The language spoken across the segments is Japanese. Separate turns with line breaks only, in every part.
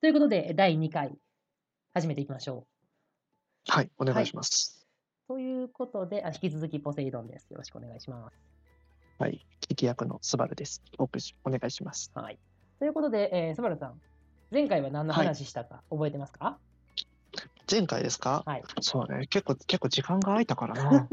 ということで、第2回、始めていきましょ
はい、お願いします。
う。ということで、あ引き続きポセイドンです。よろしくお願いします。
はい、聞き役のスバルです。お送りしお願いします。
はい。ということで、えー、スバルさん、前回は何の話したか覚えてますか
前回ですか、
はい。
そうね、結構、結構時間が空いたか らな。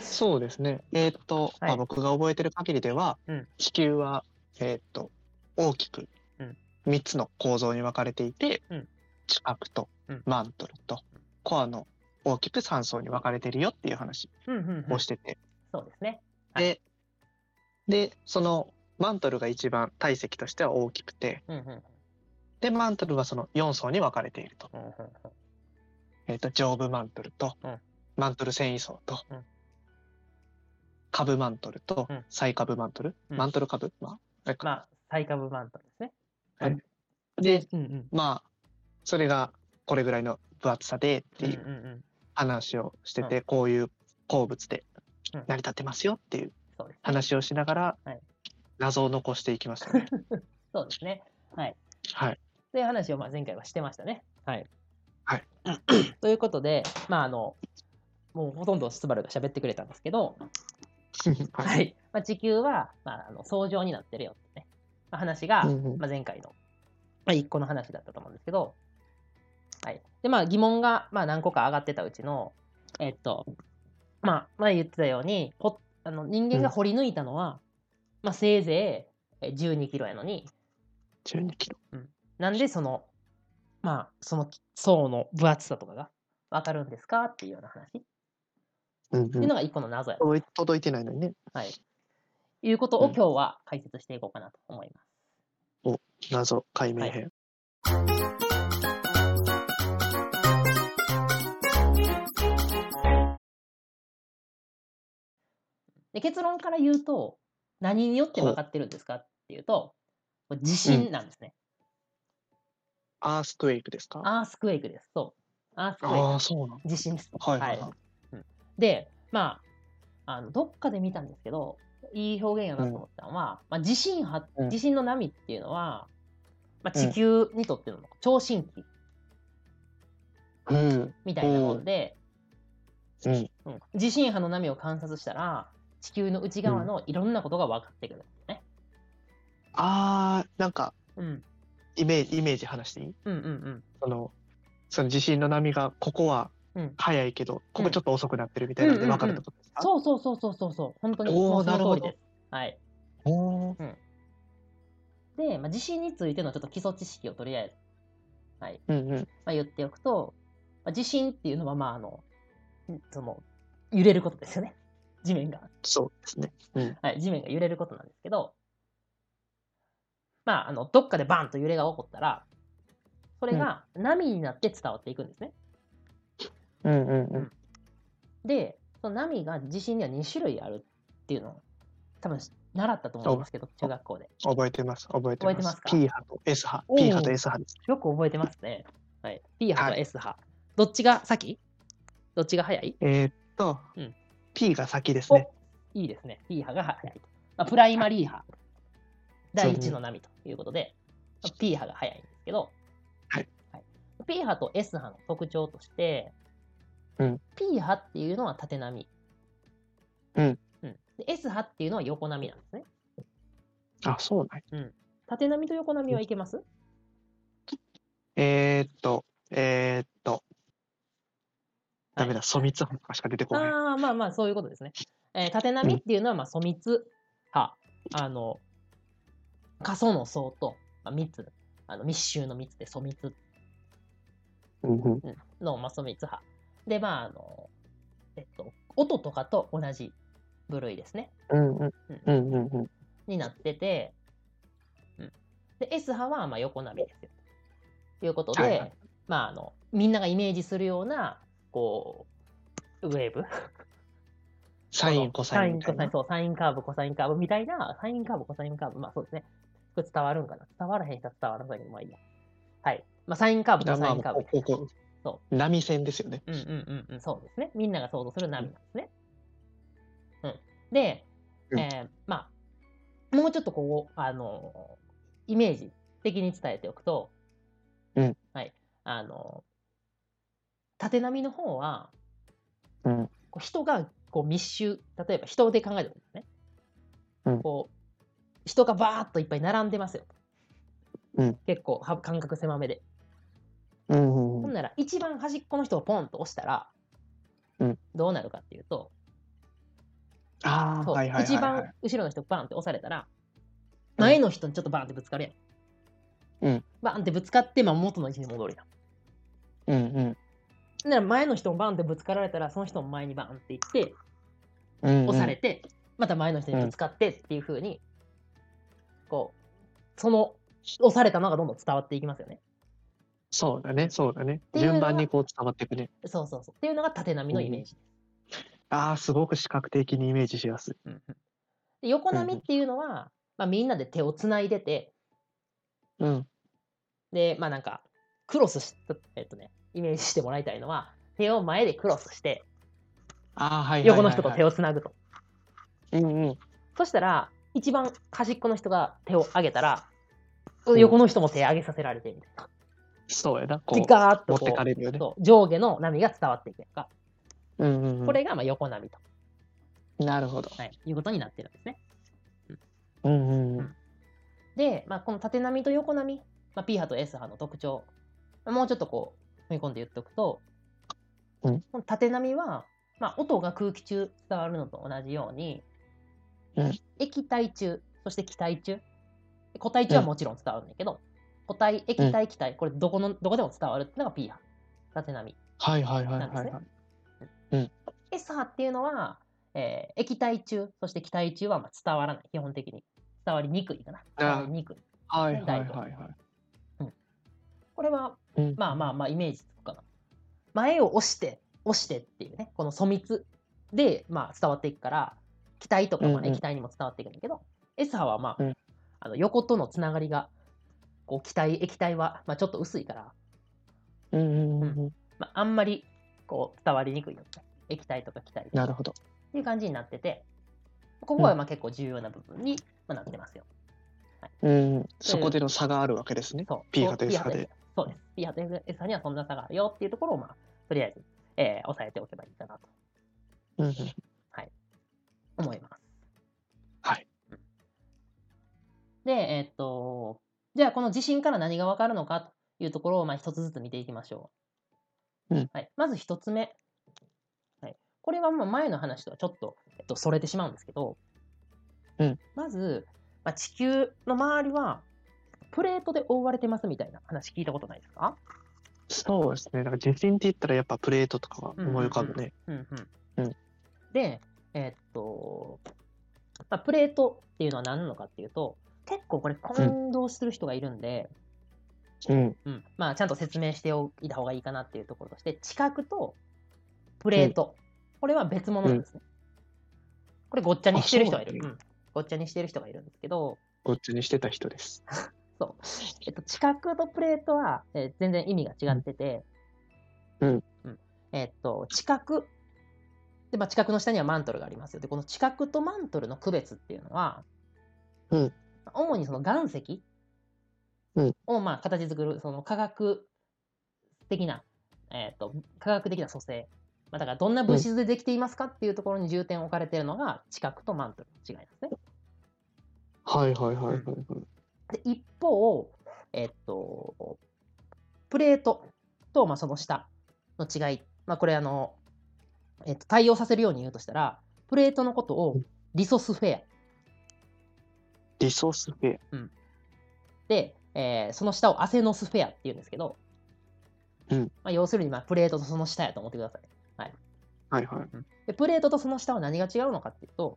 そうですね。えーっと、
はい
まあ、僕が覚えてる限りでは、
うん
地球は、えーっと、大きく
うん
3つの構造に分かれていて、
うん
地殻と
うん
マントルとコアの大きく3層に分かれてるよっていう話
うんうん、うん
をしてて、
そうですね。はい
で、で、そのマントルが一番体積としては大きくて、
うんうんうん
で、マントルはその4層に分かれていると。
うんうん
えっ、と、上部マントルと、
うん
マントル繊維層と、
うん
下部マントルと、
うん
最下部マントル、
うん
マントル下部まあ、
まあ、最下部マントですね。
で、
うんうん。
まあ、それがこれぐらいの分厚さでって
うん
い
うん
う
うん、
話をしてて、こういう鉱物で
うん
成り立ってますよっていう
そうですね。
話をしながら、
はい
謎を残していきま したね。
そうですね。はい。
はい。
という話をまあ前回はしてましたね。はい。
はい、
ということで、まああの、もうほとんどスバルが喋ってくれたんですけど、
は。
はいいまあ、地球は、まあ、あの層状になってるよってね、まあ、話が、
うんうん
まあ、前回の、まあ、1個の話だったと思うんですけど、はいでまあ、疑問が、まあ、何個か上がってたうちの、えっとまあ、前言ってたようにほあの人間が掘り抜いたのは、まあ、せいぜいえ12キロやのに
12キロ。
なんでその、まあ、その層の分厚さとかが分かるんですかっていうような話って
うん
いう
うん
のが1個の謎や、
届い届いてないのにね。
はい、いうことを今日は解説していこうかなと思います。
謎解明編。
で結論から言うと何によって分かってるんですかっていうとこれ地震なんですね、
アースクエイクですか
アースクエイクですそうアースクエイ
ああ、そうなの。
ク地震です
はいはいはい。
でまああのどっかで見たんですけどいい表現やなと思ったのは、まあ、地震は
うん
地震の波っていうのは、まあ、
うん
地球にとっての超新気
うん。
みたいなもので、
うん。
うん地震波の波を観察したら地球の内側のいろんなことが分かってくるんですね、
ああ、なんか、
うん、
イメージ、イメージ話していい
うんうんうん
その、その地震の波が、ここは
うん
早いけど、ここちょっと遅くなってるみたいなので分かるってことですか
そうそうそうそうそうそう本当に
おー
もうそ
なる
の
ほ
通
ど
りです。はい、
おー
で、まあ、地震についてのちょっと基礎知識をとりあえず、
うんう
ま
ん。
あ、言っておくと、まあ、地震っていうのはまああのんその揺れることですよね地面が、
そうですね。うん。
はい、地面が揺れることなんですけどまああのどっかでバンと揺れが起こったらそれが波になって伝わっていくんですね。
うんうんうん。
でその波が地震には2種類あるっていうのを多分習ったと思うんですけど中学校で
覚えてます。覚えてま
覚
す。
えてますか
P 波と S 波
お。ー
P 波と S 波です。
よく覚えてますね。はい、P 波と
はい
S 波。どっちが先どっちが早い
えーっと
うん、
P が先ですね。
いいですね。P 波が早いと。まあ、プライマリー波。第一の波ということで、まあ P 波が早いんですけど、
はい
はい、P 波と S 波の特徴として、
うん、
P 波っていうのは縦波。
うん
うんで S 波っていうのは横波なんですね。
あ、そうなんや
縦波と横波はいけます、
えーっと、えーっと、ダメ
はい
だ、粗密波とかしか出てこない。
ああ、まあまあ、そういうことですね。えー縦波っていうのは、まあ、粗密波、あの、過疎の層と、まあ、密、あの密集の密で粗密
うんうん
の、まあ、粗密波。で、まあ、あの、えっと、音とかと同じ部類ですね、
うんうんうんうんうん。
になってて、うん、で、S 波は、まあ、横波ですよ。ということで、
はいはい
まあ、あの、みんながイメージするような、こう、ウェーブ
サイン、コサインみたい
サイ
な
ン。そう、サインカーブ、コサインカーブみたいな、サインカーブ、コサインカーブ、まあそうですね。これ伝わるんかな伝わらへん人は伝わらないけど、まあいいや。はい。まあサインカーブ、コサインカーブ。
ここ
そ
波線ですよね。
うんうんうんうん、そうですね。みんなが想像する波なんですね。うん。で、
うん
えーまあ、もうちょっとこう、あのーイメージ的に伝えておくと、
うん
はい、あの縦波の方は
うん
こう人がこう密集例えば人で考えてもいいですね、
うん
こう人がバーッといっぱい並んでますよ、
うん
結構は間隔狭めで、
うんうんう
ほん
ん
なら一番端っこの人をポンと押したら、
うん
どうなるかっていうと
ああ
そう
はいはいはい
一
は
番
い
後ろの人バンって押されたら
うん
前の人にちょっとバンってぶつかるやん、
うん
バンってぶつかって、まあ、元の位置に戻るやん
うんうん
ほんなら前の人もバンってぶつかられたらその人も前にバンって行って
うんうん
押されて、また前の人にぶつかってっていう風に、こう、その押されたのがどんどん伝わっていきますよね。
そうだねそうだね
ていうのが
順番にこう伝わっていくね
そうそうそう。っていうのが縦波のイメージ。
ああすごく視覚的にイメージしやすい
で横波っていうのは、まあ、みんなで手をつないでて、
うん
で、まあなんか、クロスし、えっとね、イメージしてもらいたいのは、手を前でクロスして、
ああはいはいはいはい
横の人と手をつなぐと。
うんうん
そしたら、一番端っこの人が手を上げたら、
ん
横の人も手上げさせられてみたいな。
そうやなこ
で
う
ガーッと
持っ
こ
てか
う
れるよね
そう上下の波が伝わっていくやんか。
うんうんうん
これがまあ横波と、
なるほど
はい、いうことになってるんですね。
うんうんう
うんんで、まあ、この縦波と横波、まあ、P 波と S 波の特徴、まあもうちょっとこう踏み込んで言っておくと、
うん
この縦波は、まあ、音が空気中伝わるのと同じように、
うん
液体中、そして気体中、固体中はもちろん伝わるんだけど、固体、液体、気体、これどこの、どこでも伝わるっていうのが P 波、縦波。
はいはいはいはい
なんです
はい
S 波っていうのは、えー液体中、そして気体中はまあ伝わらない、基本的に。伝わりにくいかな。伝わりにくい。
はい
ね
はい
大
はいは
これは、
いうん
まあまあまあ、イメージつくかな。前を押して、押してっていうね、この疎密で、まあ、伝わっていくから、気体とかま
うん
あ
うん
液体にも伝わっていくんだけど、S 波はまあ、
うん
あの横とのつながりが、こう気体、液体は、まあ、ちょっと薄いから、
うんうんうんうん
まあ、あんまりこう伝わりにくいよね。液体とか気体とか
なるほど
っていう感じになってて、ここはまあ結構重要な部分にまあなってますよ。
うんそこでの差があるわけですね
そう。
P 波と S 波で。
そうです。P 波と S 波にはそんな差があるよっていうところを、まあ、とりあえず、えー押さえておけばいいかなと
うんうん
思います。
はい
で、えーっと、じゃあこの地震から何がわかるのかというところを、まあ、一つずつ見ていきましょう。
うん
はい、まず一つ目。はい、これはもう前の話とはちょっと、えっと、それてしまうんですけど、
うん
まず、まあ、地球の周りは、プレートで覆われてますみたいな話聞いたことないですか
そうですね。だから地震って言ったらやっぱプレートとかが思い浮かぶね。
うん
う
うんん、で、えーっと、まあ、プレートっていうのは何なのかっていうと、結構これ混同する人がいるんで、
うん。
うんまあ、ちゃんと説明しておいた方がいいかなっていうところとして、地殻とプレート、これは別物なんですね。これごっちゃにしてる人がいる。
あそう
うんごっちゃにしてる人がいるんですけど、
こっちにしてた人です。
そう。えっと、地殻とプレートは、えー全然意味が違ってて、
うん
えっと、地殻、で、まあ、地殻の下にはマントルがありますよ。で、この地殻とマントルの区別っていうのは、
うん
主にその岩石
うん
を、まあ、形作る、その科学的な、えっと、科学的な組成。まあ、だから、どんな物質でできていますかっていうところに重点を置かれているのが、地殻とマントルの違いですね。
はいはいはいはいはい。
で一方、えっと、プレートと、まあ、その下の違い、まあ、これあの、えっと、対応させるように言うとしたら、プレートのことをリソスフェア
リソースフェア。
で、えーその下をアセノスフェアっていうんですけど、
うん
まあ、要するにまあプレートとその下やと思ってください。
はいはい。
でプレートとその下は何が違うのかっていうと、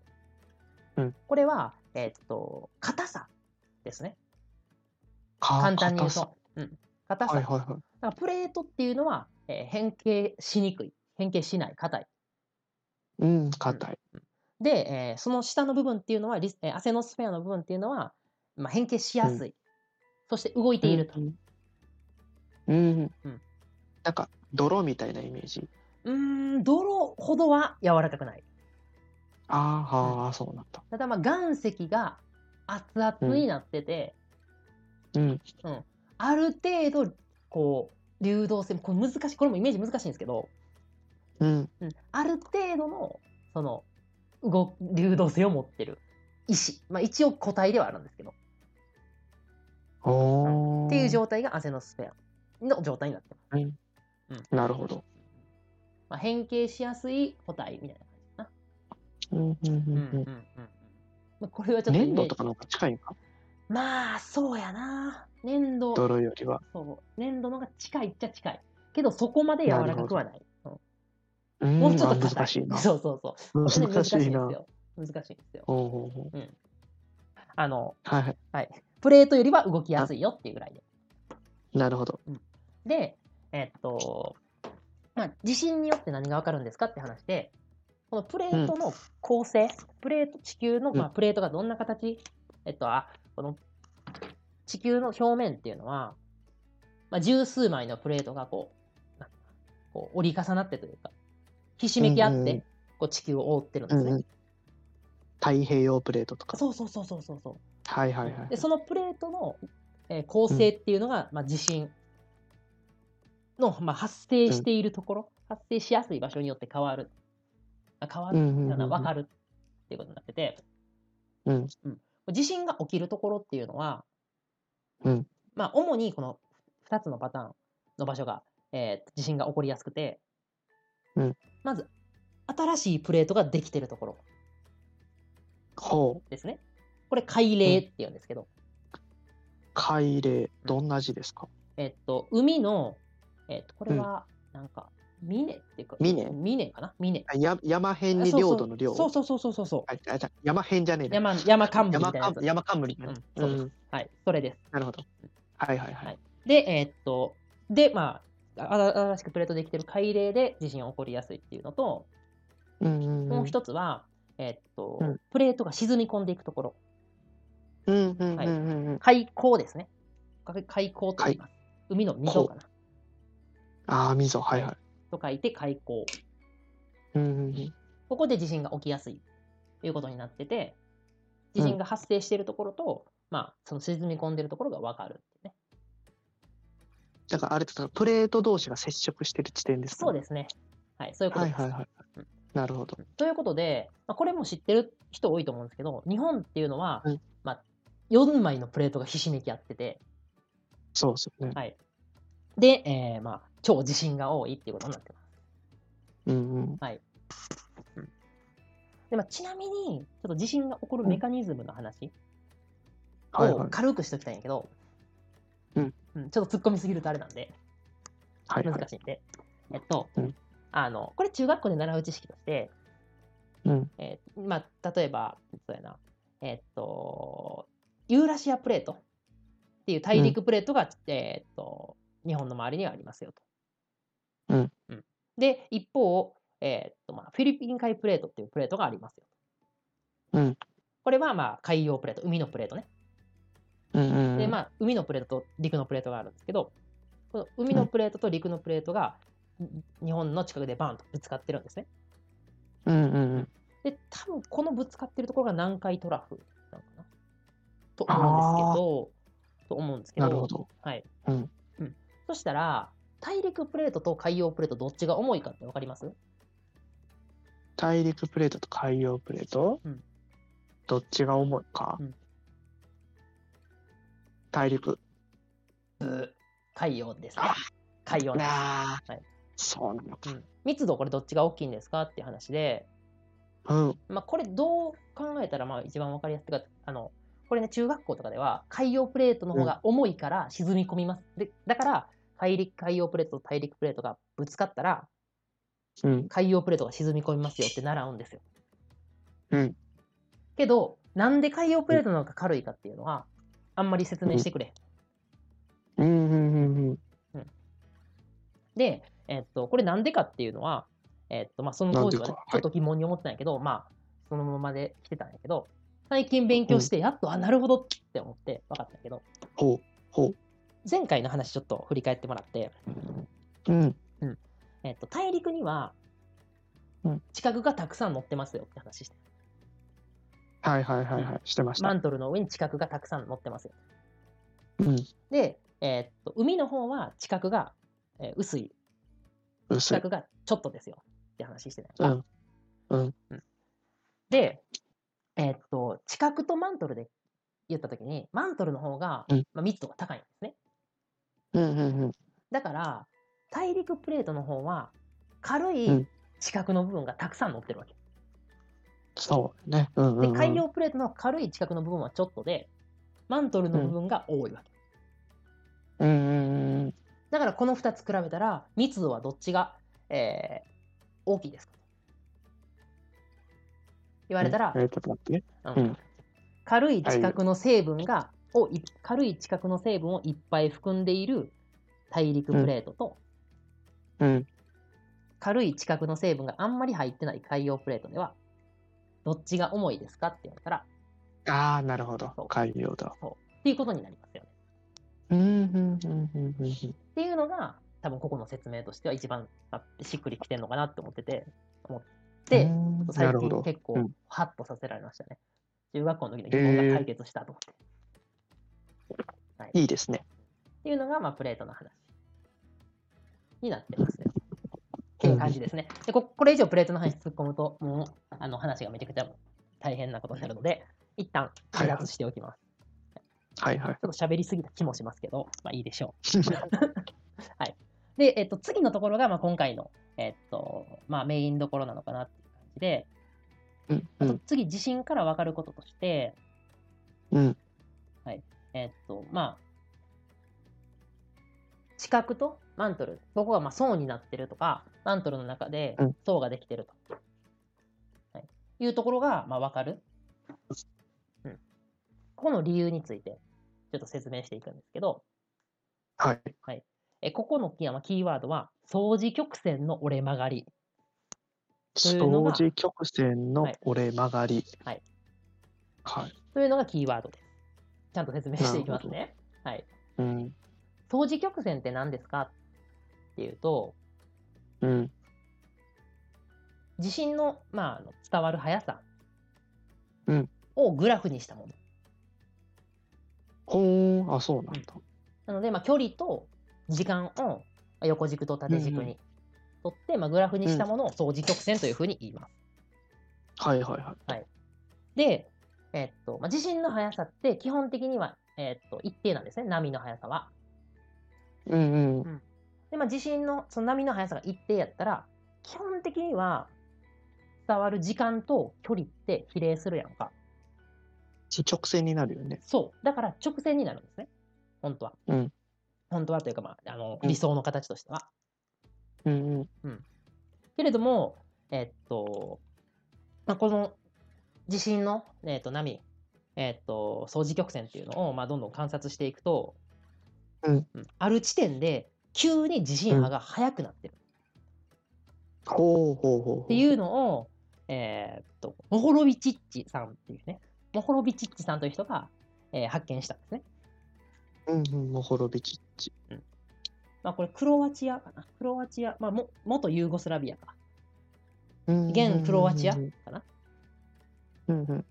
うん
これは、えっと、硬さですね。
か
簡単に言う
硬さ
と。うん、硬さ
はいはいはい。
だからプレートっていうのは、えー変形しにくい変形しない硬い
うん、硬い。
で、えーその下の部分っていうのはリス、えーアセノスフェアの部分っていうのは、まあ、変形しやすい、そして動いていると
うん。うん
うん。
なんか泥みたいなイメージ。
うーん泥ほどは柔らかくない
ああ、はあ、そうなんだ。
ただまあ岩石が熱々になってて、
うん。
ある程度こう流動性これ難しいこれもイメージ難しいんですけど、
うん。
うん、ある程度のその動流動性を持ってる意思、まあ、一応個体ではあるんですけど
おー
っていう状態がアセノスフェアの状態になってます、
なるほど。
まあ、変形しやすい個体みたいな感
うんうんうん
じかな、
うん。
まあ、これはちょっとイメージ
粘土とかの方が近いのか
まあそうやな粘土
泥よりは。
そう粘土のが近いっちゃ近いけどそこまで柔らかくはない、
うん
もうちょっと硬い
難しいな。
そうそうそうこれね
難しい
難
な
です。よ難しいんですよ
おうおうおう
あの
はいは
プレートよりは動きやすいよっていうぐらいで
い。なるほど。
でえっとまあ地震によって何が分かるんですかって話でこのプレートの構成、プレート地球の、まあ、
うん
プレートがどんな形、えっとあこの地球の表面っていうのは、まあ、十数枚のプレートがこうなんかこう折り重なってというかひしめき合って、
うんうん
こう地球を覆ってるんで
う
すね、
んうん。太平洋プレートとか。
そうそうそうそうそうそう
はいはいはい
で。そのプレートの、えー構成っていうのが、まあ、地震の、まあ、発生しているところ、発生しやすい場所によって変わるあ変わる
う
って
んうんうんうん
いうのは分かるっていうことになってて、
うん
地震が起きるところっていうのは、
うん
まあ、主にこの2つのパターンの場所が、えー地震が起こりやすくて、
うん
まず新しいプレートができてるところ
ほう。
ですね。これ海嶺っていうんですけど、
海嶺。どんな字ですか
えっと、海の、えっと、これは、なんか、峰っていうか、
峰
峰かな峰。
あや山辺に領土の領。
そうそうそうそうそうそう。
ああじゃあ山辺じゃねえな
山、山冠みた
山
いなやつ。
冠山冠みたいな。
うんそうです
ん
はい、それです。
なるほど。はいはいは
はい
い。
で、えっと、で、まあ、ああ新しくプレートできてる海嶺で地震が起こりやすいっていうのと、
うんうんうん
もう一つは、えっと
うん、
プレートが沈み込んでいくところ。
うんうんうんうんうん。
海溝ですね。海海溝と言います。海の溝かな。
ああ、溝。はいはい。
と書いて海溝。
うんうんうん
ここで地震が起きやすいということになってて、地震が発生しているところと、まあ、その沈み込んでるところが分かるっていうね。
だからあれって言ったらプレート同士が接触してる地点ですか
そう
ね
ですね。はい、そういうこと
は
で
い
す。
はいはい
うん。
なるほど。
ということで、まあ、これも知ってる人多いと思うんですけど、日本っていうのは、
うん
まあ、4枚のプレートがひしめき合ってて、
そうですよね。
はい、で、えーまあ、超地震が多いっていうことになってます。
うんうん。
でまあ、ちなみに、ちょっと地震が起こるメカニズムの話、
はいは
を
い。
軽くしておきたいんやけど、
うん
うんちょっと突っ込みすぎるとあれなんで、
はいは
難
い。
しいんで、えっと、
うん
あのこれ中学校で習う知識として、
うん
えーまあ、例えばそうやな、えっとユーラシアプレートっていう大陸プレートが、えっと日本の周りにはありますよと。
うん
で一方、えっとまあ、フィリピン海プレートっていうプレートがありますよ。
うん
これはまあ海洋プレート海のプレートね。
うんうんうん。
でまあ海のプレートと陸のプレートがあるんですけどこの海のプレートと陸のプレートがん日本の近くでバーンとぶつかってるんですね。
うんうんうん。
で多分このぶつかってるところが南海トラフなのかなと思うんですけどと思うんですけど
なるほど。
はい
うん
うん、そしたら大陸プレートと海洋プレートどっちが重いかって分かります
大陸プレートと海洋プレート、
うん
どっちが重いか、
うん
大陸
海洋ですね。海洋です
ああ、
はい
そうなのか
密度これどっちが大きいんですかっていう話で
うん
まあ、これどう考えたらまあ一番わかりやすいかあのこれね中学校とかでは海洋プレートの方が重いから沈み込みます、でだから海陸海洋プレートと大陸プレートがぶつかったら
うん
海洋プレートが沈み込みますよって習うんですよ。
うん
けどなんで海洋プレートの方が軽いかっていうのはあんまり説明してくれへん
うんうんうんうん
で、えっと、これなんでかっていうのは、えっと、まあ、その当時は、ね
なんでかは、い
ちょっと疑問に思ってたんやけど、まあ、そのままで来てたんやけど、最近勉強して、やっと、あ、なるほどって思って分かったんやけど、
ほうほ
前回の話ちょっと振り返ってもらって、
ううん
えっと、大陸には
うん、
地殻がたくさん乗ってますよって話して、
はいはいはいはいしてました、
マントルの上に地殻がたくさん乗ってますよ。
うん
で、えーっと海の方は地殻が、えー薄い、地
薄い。
殻がちょっとですよって話してた
う
やんか
ん。うん。
で、えーっと地殻とマントルで言った時にマントルの方が、
うん
まあ、密度が高いんですね。
うん。うん。うん。
だから大陸プレートの方は軽
う
い
ん
地殻の部分がたくさん乗ってるわけ。
そうね。うんうん
で
うん。
海洋プレートの軽い地殻の部分はちょっとでマントルの部分が多いわけ。
うんうんうん。
だからこの2つ比べたら密度はどっちが、えー大きいですか言われたら、
えっと、待ってね。
うん
うん
軽い地殻の成分が、をい軽い地殻の成分をいっぱい含んでいる大陸プレートと、
うん。
軽い地殻の成分があんまり入ってない海洋プレートではどっちが重いですかって言われたら
ああ、なるほど
そう。
海洋だ。
っていうことになりますよね。
うん。うん。うん。うん。うん。
っていうのが多分ここの説明としては一番あしっくりきてるのかなって思ってて思って。
うん
最
なるほ
近
ど。
結
う
構
ん
ハッとさせられましたね。中学校の時の疑問が解決したと思って。
いいですね。
っていうのが、まあ、プレートの話になってますね。っていう感じですね。でここれ以上プレートの話突っ込むと、もうあの話がめちゃくちゃ大変なことになるので、一旦離脱しておきます。
はいはい。
ちょっと喋りすぎた気もしますけど、まあいいでしょう。 で、えっと、次のところが、まあ、今回の、えっと、まあ、メインどころなのかなっていう感じで、
うん。
あ
う
と
ん。
次、地震から分かることとして、
うん。
えっと、まあ、地殻とマントル、ここがまあ層になってるとか、マントルの中で
うん
層ができてると、はい、いうところがまあ分かる。うん。ここの理由について、ちょっと説明していくんですけど、
はい。
えここのキーワキーワードは、相似曲線の折れ曲がり。というのが
相似曲線の折れ曲がり。
はい。
はい。
というのがキーワードです。ちゃんと説明していきます
な
ね。はい。
うん。
相似曲線って何ですかっていうと、
うん。
地震の,、まあ、あの伝わる速さ
うん
をグラフにしたもの。
ほー、あ、そうなんだ。
なので、まあ、距離と時間をまあ横軸と縦軸
うんう
に取って、まあ、グラフにしたものを相似曲線というふうに言います。
はいはいはい。
で、えっとまあ、地震の速さって基本的には、えっと一定なんですね、波の速さは。
うんうん。
で、まあ、地震のその波の速さが一定やったら、基本的には伝わる時間と距離って比例するやんか。
直線になるよね。
そう。だから直線になるんですね。本当は。
うん
本当はというか、まあ、あの
うん
理想の形としては。
うんうん。
けれども、えっと、まあ、この地震の、えっと、波、えっと、相似曲線っていうのを、まあ、どんどん観察していくと、
うん
ある地点で急に地震波が速くなってる
ほうほうほうほう。
っていうのを、えーっと、モホロビチッチさんっていうね、モホロビチッチさんという人が、えー発見したんですね。
うんうん、モホロビチッチ。
まあ、これ、クロアチアかな。クロアチア、まあ、も元ユーゴスラビアか現クロアチア
うん
かな。
うんうん。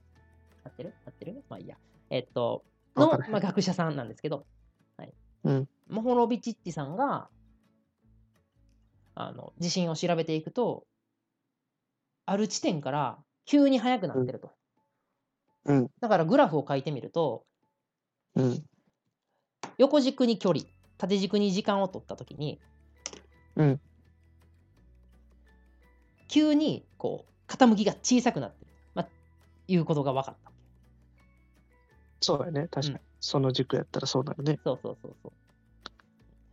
合ってる合ってるまあいいや。えっと、
わ
の
か、る
まあ、学者さんなんですけど、はい
うん
モホロビチッチさんがあの地震を調べていくとある地点から急に速くなってると、
うん
だからグラフを書いてみると
うん
横軸に距離縦軸に時間を取った時に、
うん
急にこう傾きが小さくなってる、まあ、いうことが分かった
そうだね、確かに。
うん
その軸やったらそうだよね。
そうそうそうそう。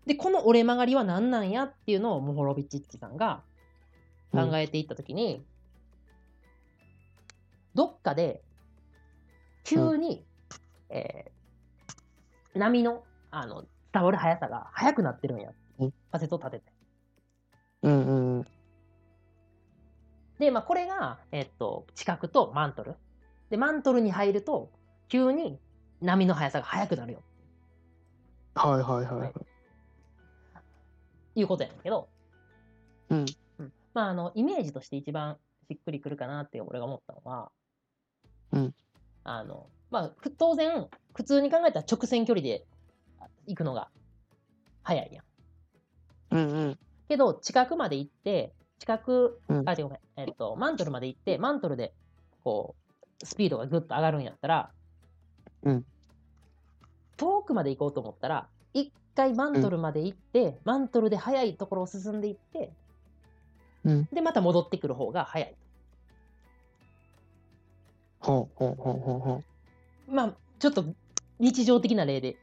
で、この折れ曲がりは何なんやっていうのをモホロビチッチさんが考えていったときに、どっかで急に、えー波のあの伝わる速さが速くなってるんや。
うん
仮説を立てて。
うんうんうん。
で、まあ、これが、えっと、地殻とマントル。で、マントルに入ると、急に波の速さが速くなるよ。
はいはいはい
は
はいい。
いうことやねんけど、
うん
まあ、あのイメージとして一番しっくりくるかなって俺が思ったのは、
うん
あのまあ、ふ当然普通に考えたら直線距離であ行くのが早いやん。
うんうん。
けど、近くまで行って、近く、
うん
あ、違うごめん、えっと、マントルまで行って、マントルで、こう、スピードがぐっと上がるんやったら、
うん
遠くまで行こうと思ったら、一回マントルまで行って、マントルで速いところを進んでいって、
うん。
で、また戻ってくる方が速い。
ほうほうほうほうほ
まあ、ちょっと日常的な例で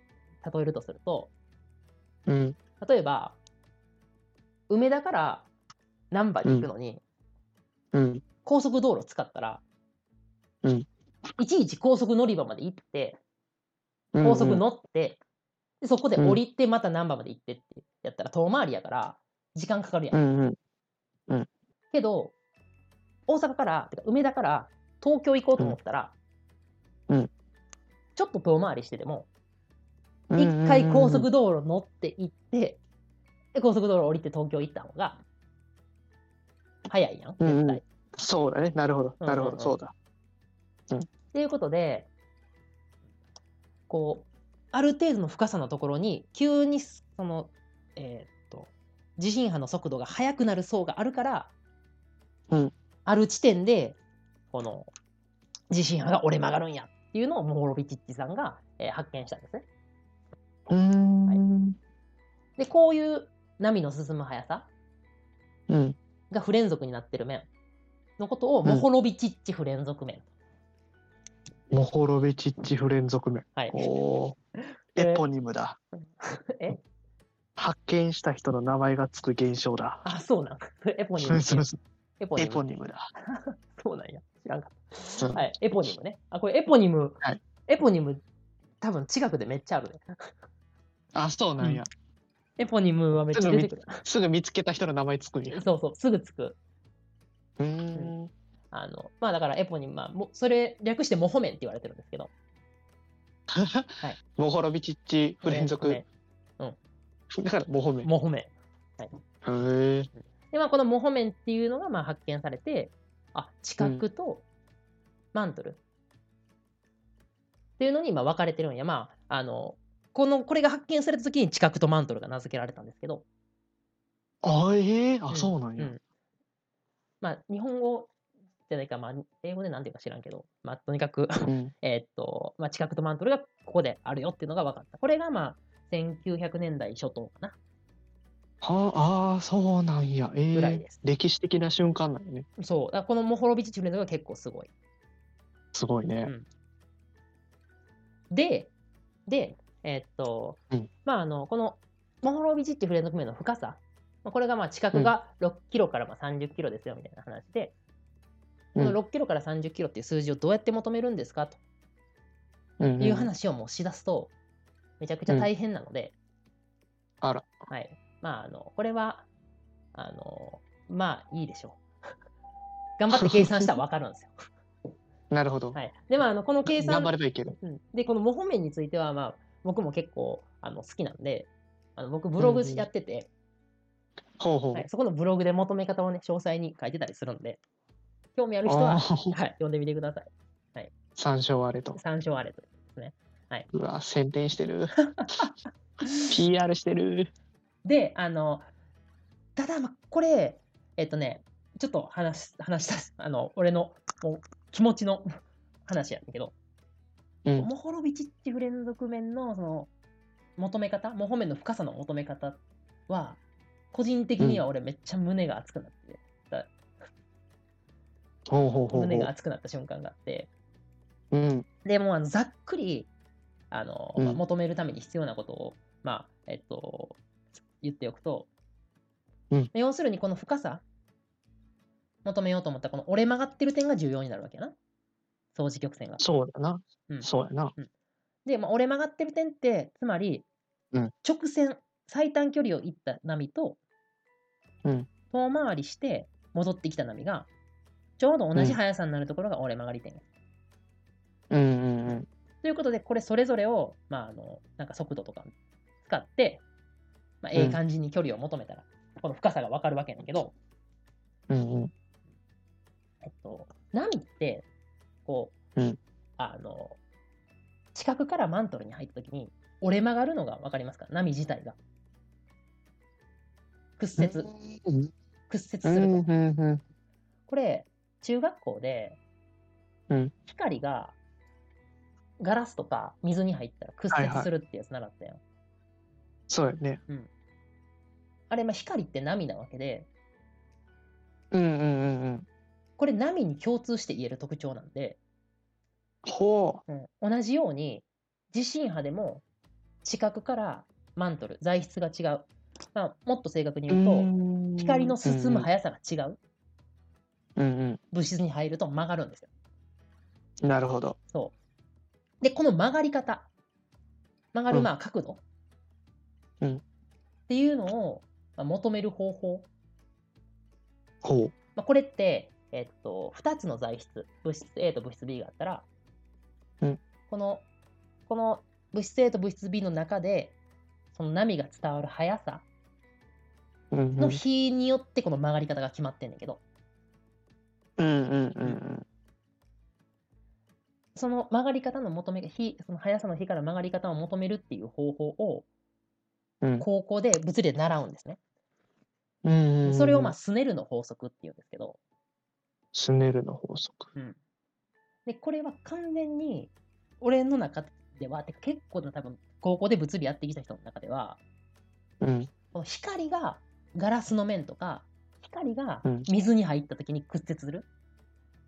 例えるとすると、
う。うん。
例えば、梅田から難波に行くのに、
うん。
高速道路使ったら、
うん
いちいち高速乗り場まで行って、
うん
高速乗って、でそこで降りて、また難波まで行ってってやったら遠回りやから、時間かかるやん。
うんうん。
けど、大阪から、てか梅田から東京行こうと思ったら、
うんうん
ちょっと遠回りしてでも、
うんうんうん
一回高速道路乗って行って、で高速道路降りて東京行った方が、早いやん、絶対。
うんうんそうだね。なるほど。
うんうん
なるほど。そうだ。
っていうことでこうある程度の深さのところに急にそのえーっと地震波の速度が速くなる層があるから、
うん
ある地点でこの地震波が折れ曲がるんやっていうのをモホロビチッチさんが、えー発見したんですね。
うーん。
でこういう波の進む速さ
うん。
が不連続になってる面のことをモホロビチッチ不連続面、
モホロベチッチ不連続面。
はい
おー
え
エポニムだ。
え
発見した人の名前がつく現象だ。
あそうなんエポニ
そ
ム
うそうそう
エポニ
エ
ム
ポニムだ。
そうなんや。知らんかった。
うん
はい、エポニムね。あ、これエポニム、
はい
エポニム、多分近くでめっちゃあるね。
あ、そうなんや。
エポニムはめっちゃ出てくる。
すぐ見つけた人の名前つくんや。
そうそう、すぐつく。
うーん。
あの、まあだからエポニム、まあ、もそれ略してモホメンって言われてるんですけど。い
モホロビチッチ不連続。
ね
だからモホメン。
モホメ
へえ。
ン。で、まあこのモホメンっていうのがまあ発見されて、あ、地殻とマントル。っていうのにまあ分かれてるんや。まあ、あの、この、これが発見された時に地殻とマントルが名付けられたんですけど。
あ、ええ。
う
あ、
ん
そうなんや
う。んまあ、日本語じゃないか、まあ、英語でなんていうか知らんけど、まあ、とにかく、
うん。
えーっと、まあ、近くとマントルがここであるよっていうのが分かった。これが、まあ、1900年代初頭かな。
はああー、そうなんや。ええ
ぐらいです
歴史的な瞬間なんやね。
そう。だからこのモホロビチチフレンドが結構すごい。
すごいね。
で、で、えーっと、
うん
まあ、あの、このモホロビチッチフレンド組の深さ、まあこれがまあ近くが6キロからまあ30キロですよみたいな話で、
うん
この6キロから30キロっていう数字をどうやって求めるんですかと
うん
いう話をもうしだすと、めちゃくちゃ大変なので、
あら。
はい。まあ、あの、これは、あの、まあ、いいでしょう。 頑張って計算したらわかるん ですよ。
なるほど。
はい。で、まあ、あの、この計
頑
算
張、ればいいける。
うんで、この模倣面については、まあ、僕も結構、あの、好きなんで、あの僕、ブログ
うんうん
やってて、
ほうほう。
はい、そこのブログで求め方をね、詳細に書いてたりするんで、興味ある人 は、
あ
は
ー
い、読んでみてください。
参照あれと。
参照あれと。
うわ、宣伝し てる。PR してる。
で、あの、ただ、まあこれ、えっとね、ちょっと話す、話した す、あの、俺のもう気持ちの話やねんけど、
うん
モホロビチッチフ連続面の、その、求め方、モホ面の深さの求め方は、個人的には俺めっちゃ胸が熱くなって、
ほうほうほう
胸が
ほ
熱くなった瞬間があって、
う。うん。
でもうあのざっくりあの、
うん
まあ求めるために必要なことを、まあえっと、言っておくと、
うん
要するにこの深さ求めようと思ったこの折れ曲がってる点が重要になるわけやな相似曲線が。
そうだな。
うん
そうやな。
で、まあ、折れ曲がってる点ってつまり、
うん
直線最短距離を行った波と、
うん
遠回りして戻ってきた波がちょうど同じ速さになるところが折れ曲がり点や
うんうんうん。
ということで、これそれぞれを、まあ、あの、なんか速度とか使って、まあ、ええ
うん
感じに距離を求めたら、この深さがわかるわけやねんけど、
うんうん。
えっと、波って、こう、
うん
あの、近くからマントルに入った時に、折れ曲がるのがわかりますか波自体が。屈折、
うん
屈折
う
すると。
んうん
これ、中学校で、
うん
光がガラスとか水に入ったら屈
はいは
折
い
するってやつ習ったよ。
そうやね。
あれ、まあ、光って波なわけで、
うんうんうんうん。
これ波に共通して言える特徴なんで、
ほ
うん同じように地震波でも地殻からマントル材質が違う、まあ、もっと正確に
う。
言うと、
うん
光の進む速さが違う
うん
物質に入ると曲がるんですよ
うん。なるほど。
でこの曲がり方曲がるまあ角度、
うん
っていうのをまあ求める方法、
ほ
まあ、これって、えっと、2つの材質物質 A と物質 B があったら、
うん
このこの物質 A と物質 B の中でその波が伝わる速さ
う。うんう
の
ん
比によってこの曲がり方が決まってんだけど、
うんうんうん
その曲がり方の求め比その速さの比から曲がり方を求めるっていう方法を
うん
高校で物理で習うんですね。
うんうんうん。
それをまあスネルの法則っていうんですけど、
スネルの法則。
でこれは完全に俺の中ではてか結構な多分高校で物理やってきた人の中では
うん。
この光がガラスの面とか光が
うん
水に入った時に屈折する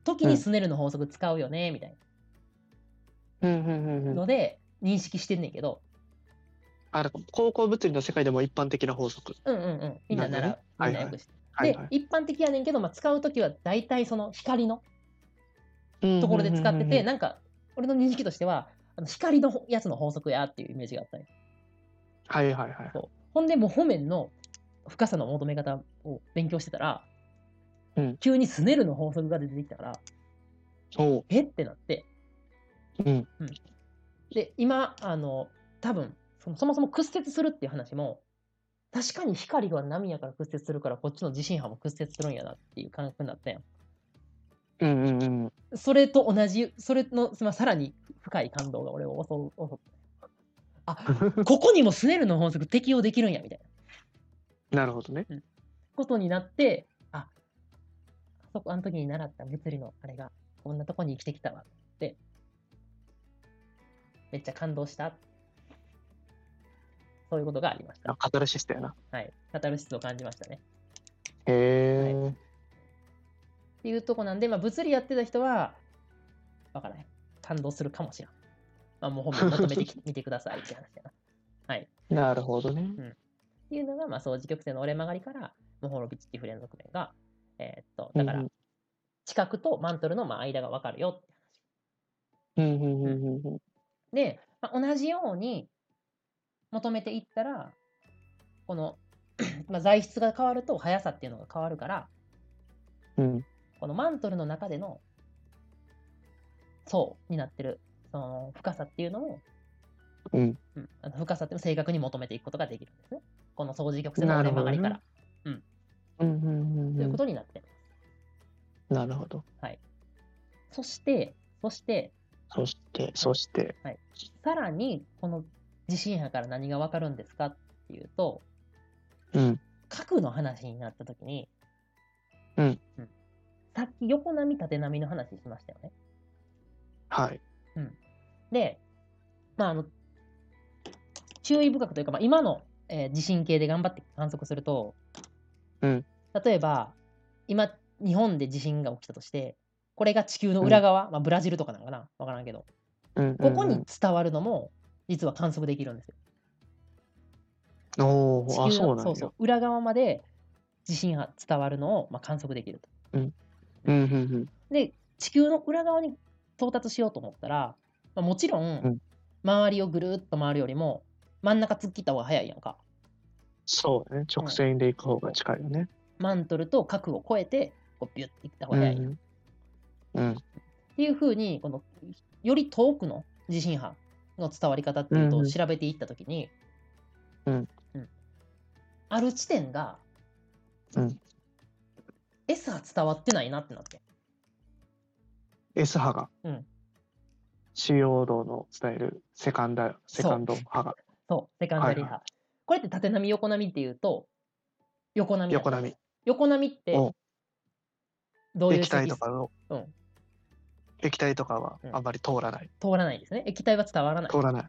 時
うん
にスネルの法則使うよねみたい
うんうんうん
な
うん。
ので認識してんねんけど、
あれ高校物理の世界でも一般的な法則。
うんうんうんみんな習う
な
み
るほどね
んなよくして
はい
で
はい。
一般的やねんけど、まあ、使う時は大体その光のところで使ってて、なんか俺の認識としてはあの光のやつの法則やっていうイメージがあったんよ
はいはいはい。
そうほんでもう方面の深さの求め方を勉強してたら、
うん
急にスネルの法則が出てきたから
ほ
えってなって
う。うん。
で今あの多分そのそもそも屈折するっていう話も確かに光は波やから屈折するからこっちの地震波も屈折するんやなっていう感覚になったやん
うんうんうん。
それと同じそれのまあさらに深い感動が俺を襲う襲った あここにもスネルの法則適用できるんやみたいな
なるほどね。
ことになって、あ、あそこ、あの時に習った物理のあれが、こんなとこに生きてきたわって、めっちゃ感動した。そういうことがありました。
あカタルシスだよな。
はい。カタルシスを感じましたね。
へえ。
っていうとこなんで、まあ、物理やってた人は、わからない。感動するかもしれん。まあ、もう本編まとめて き見てくださいって話やな。
なるほどね。
っていうのが、まあ、相似曲線の折れ曲がりから、モホロビッチっていうフレンズ面が、えーっと、だから
うん、
地殻とマントルのまあ間がわかるよって
うんうんうんうんうん。
で、まあ、同じように求めていったら、この、 まあ、材質が変わると速さっていうのが変わるから、
うん。
このマントルの中での層になってる、その深さっていうのも、
うん。
うん、あの深さっていうのを正確に求めていくことができるんですね。この相似曲線の折れ曲がりから、
うんうんうん
といううんこ。とになってます。
なるほど。
そして、そして、
そして、そして。
さらに、この地震波から何がわかるんですかっていうと、
うん。
核の話になった時に、
うん
さっき横波縦波の話しましたよね。
はい。
で、まあ、あの注意深くというか、まあ、今の、えー地震計で頑張って観測すると、
うん
例えば今日本で地震が起きたとしてこれが地球の裏側、まあ、ブラジルとかなのかなわからんけど
うんうんう
こ
ん
こに伝わるのも実は観測できるんですよ。
お
地
お、あ、
球
そう
の
なんだ。
そうそう裏側まで地震が伝わるのを、まあ、観測できると。
うんうんうん。
で地球の裏側に到達しようと思ったら、まあ、もちろ
うん
ん周りをぐるーっと回るよりも真ん中突っ切った方が早いやんか
そうだね。直線で行く方が近いよね。
マントルと核を越えてこうビュッていった方
う
が
ん
早いやん、っ
うん。うん。
ていう風にこのより遠くの地震波の伝わり方っていうのを
うんうん
調べていった時に、
うん
うんある地点が、
うん、
S 波伝わってないなってなって、
S 波が。
うん。
主要道の伝えるセカンダ、セカンド波が。
そうセカンダリー波、
はい
これって縦波横波っていうと横波だ
横波。
横波って
お
どういう
液体
積
とかの、
うん
液体とかはあんまり通らない。
通らないですね液体は伝わらない
通らない。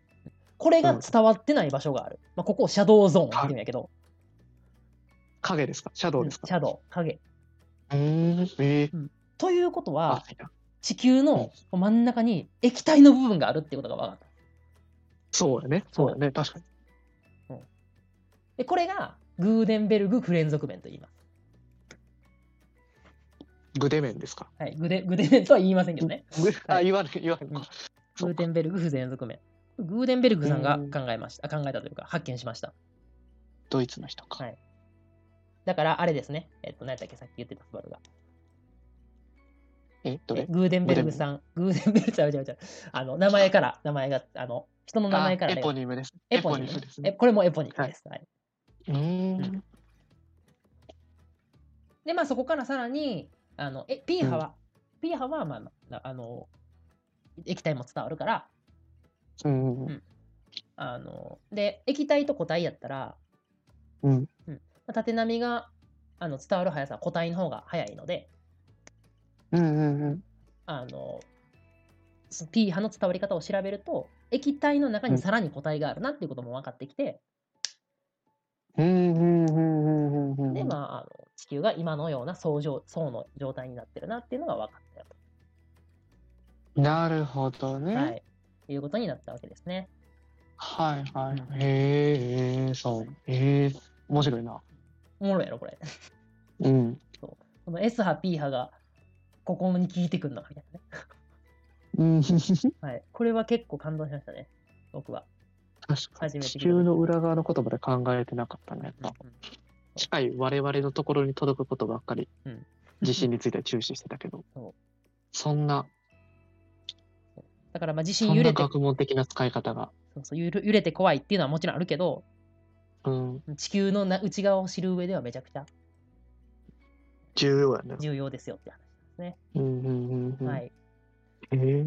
これが伝わってない場所がある、まあ、ここをシャドウゾーンって言うんやけど、
影ですかシャドウです
シ
か
ャドウ影
うーん。えー、
ということは
あ、いや
地球の真ん中に液体の部分があるってことが分かった
そうやね。そうやね。確かに。
でこれがグーデンベルグ不連続面と言います、
グデメンですか
はい、グデグデメンとは言いませんけどね
グ
は
あ、
い
言わない、言わない。
グ
そう
ー
か
デンベルグ不連続面グーデンベルグさんが考えましたあ考えたというか発見しました
ドイツの人か。
はいだからあれですねえっと何やったっけさっき言ってたスバルが
え、ど
え
れ
グーデンベルグさんグーデンベルグちゃうちゃうちゃうあの名前から名前があの人の名前から
あ
ね
エポニムです。
エポニム
エです
え
ね。
これもエポニックです、はい。
うん
でまあそこからさらにあのえ P 波は、P 波はまあまああの液体も伝わるから
うん。うん
あので液体と固体やったら、
うん
まあ縦波があの伝わる速さは固体の方が速いので
うんうん。
あのその P 波の伝わり方を調べると液体の中にさらに固体があるなっていうことも分かってきて、
うんうんうんうんうんうん
でまああの地球が今のような層状層の状態になってるなっていうのが分かったよ
なるほど
と、は
ね。
い、いうことになったわけですね。
はいはい。へえ、そう。へえ、面白いな。
おもろいやろこれ。
うん。
この S 波 P 波がここに効いてくるのかみたいなね。
うん。
はい。これは結構感動しましたね。僕は。
確か
初め
に
て聞いた
地球の裏側のことまで考えてなかったね。やっぱ
うん
近い我々のところに届くことばっかり
うん、
地震については注視してたけど
そう、
そんな、
だからまあ地
そ
震
ん
揺
な
れて
学問的な使い方が。
そうそう揺れ揺れて怖いっていうのはもちろんあるけど
うん。
地球のな内側を知る上ではめちゃくちゃ
重要やね。
重要ですよって話ですね。
うんうんうんうん。
は
へ
い、
え。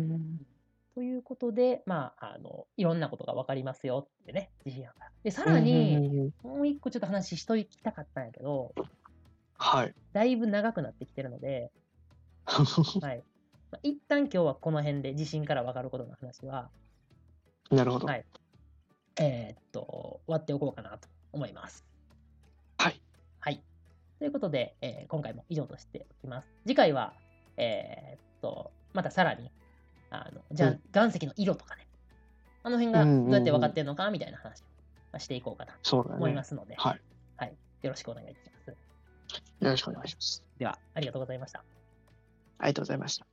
ということで、まあ、あのいろんなことが分かりますよってね地震やから。でさらに、
うんうんうん、
もう一個ちょっと話しときたかったんやけど
はい。
だいぶ長くなってきてるので、はいまあ、一旦今日はこの辺で地震から分かることの話は、
なるほど。
はいえーっと終わっておこうかなと思います。
はい。
はい。ということで、えー今回も以上としておきます。次回は、えーっと、またさらに、あのじゃ、
うん
岩石の色とかね、あの辺が
うんうん
ど
うん
うやって分かってるのかみたいな話をまあしていこうかなと
そうだ
思い
ね
ま。すので、
はい。
よろしくお願いいたします。
よろしくお願いします。
では、ありがとうございました。
ありがとうございました。